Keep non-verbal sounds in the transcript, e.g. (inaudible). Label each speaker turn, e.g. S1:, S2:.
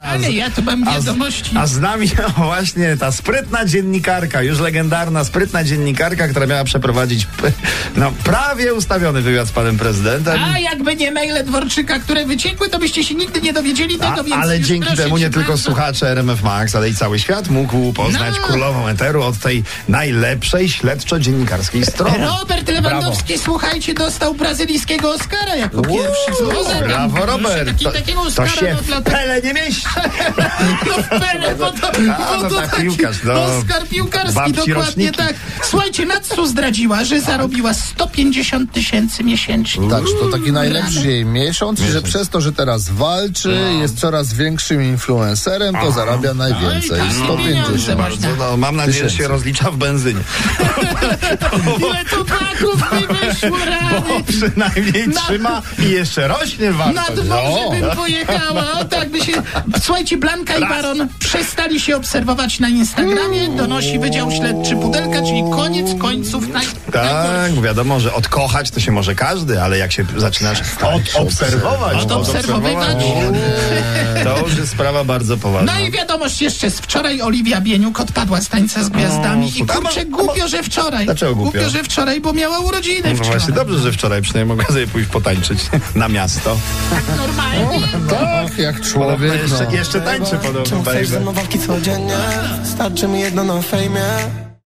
S1: Normalnie ja tu mam
S2: A z-
S1: wiadomości.
S2: A z nami (laughs) o, właśnie ta sprytna dziennikarka, już legendarna sprytna dziennikarka, która miała przeprowadzić p- no, prawie ustawiony wywiad z panem prezydentem.
S1: A jakby nie maile Dworczyka, które wyciekły, to byście się nigdy nie dowiedzieli
S2: A,
S1: tego, no więc
S2: ale
S1: już
S2: dzięki
S1: proszę
S2: temu
S1: cię
S2: nie tylko
S1: bardzo.
S2: słuchacze RMF Max, ale i cały świat mógł poznać
S1: No.
S2: królową eteru od tej najlepszej śledczo-dziennikarskiej strony.
S1: Robert Lewandowski, słuchajcie, dostał brazylijskiego Oscara jako
S2: Uuu,
S1: pierwszy. z Mozartem.
S2: Brawo,
S1: Proszę,
S2: Robert!
S1: Taki,
S2: To,
S1: takiego
S2: to
S1: Oscara
S2: się
S1: no,
S2: w
S1: dla tego-
S2: pele nie mieści!
S1: No (laughs) w pele, bo to,
S2: A,
S1: bo
S2: no
S1: to
S2: tak,
S1: taki
S2: piłkarz, no.
S1: Oskar
S2: Babci
S1: piłkarski, dokładnie
S2: roczniki. Tak.
S1: tak. Słuchajcie, Natsu zdradziła, że zarobiła 150 tysięcy miesięcznie.
S2: No.
S3: Tak, że to taki najlepszy jej miesiąc i że przez to, że teraz walczy, jest coraz większym influencerem, to zarabia najwięcej.
S1: tak, No. no. Pieniądze
S3: 150.
S1: ma. Można.
S2: Bardzo, no, mam nadzieję, że się
S3: Tysięcy.
S2: rozlicza w benzynie.
S1: Ile to baków mi wyszło
S2: Bo
S1: rany.
S2: przynajmniej
S1: Na-
S2: trzyma i jeszcze rośnie wartość.
S1: Nad morze
S3: No.
S1: bym pojechała, o tak by się... Słuchajcie, Blanka i Baron przestali się obserwować na Instagramie, donosi Wydział Śledczy Pudelka, czyli koniec końców naj... najgorszy.
S2: Tak, wiadomo, że odkochać to się może każdy, ale jak się zaczynasz odobserwować,
S1: Odobserwowywać.
S2: odobserwować, no.
S1: (laughs)
S2: to już jest sprawa bardzo poważna.
S1: No i wiadomość jeszcze z wczoraj Oliwia Bieniuk odpadła z tańca z gwiazdami i
S2: super.
S1: kurczę głupio, że wczoraj.
S2: Dlaczego głupio?
S1: Głupio, że wczoraj, bo miała urodziny
S2: No
S1: wczoraj.
S2: właśnie, dobrze, że wczoraj przynajmniej mogła sobie pójść potańczyć na miasto.
S1: Normalnie.
S3: Tak, jak
S2: Podobno
S3: człowiek.
S2: jeszcze,
S3: No.
S2: jeszcze tańczy podobno,
S4: Czemu chcesz ze
S2: baby.
S4: mną walki codziennie? Starczy mi jedno na fejmie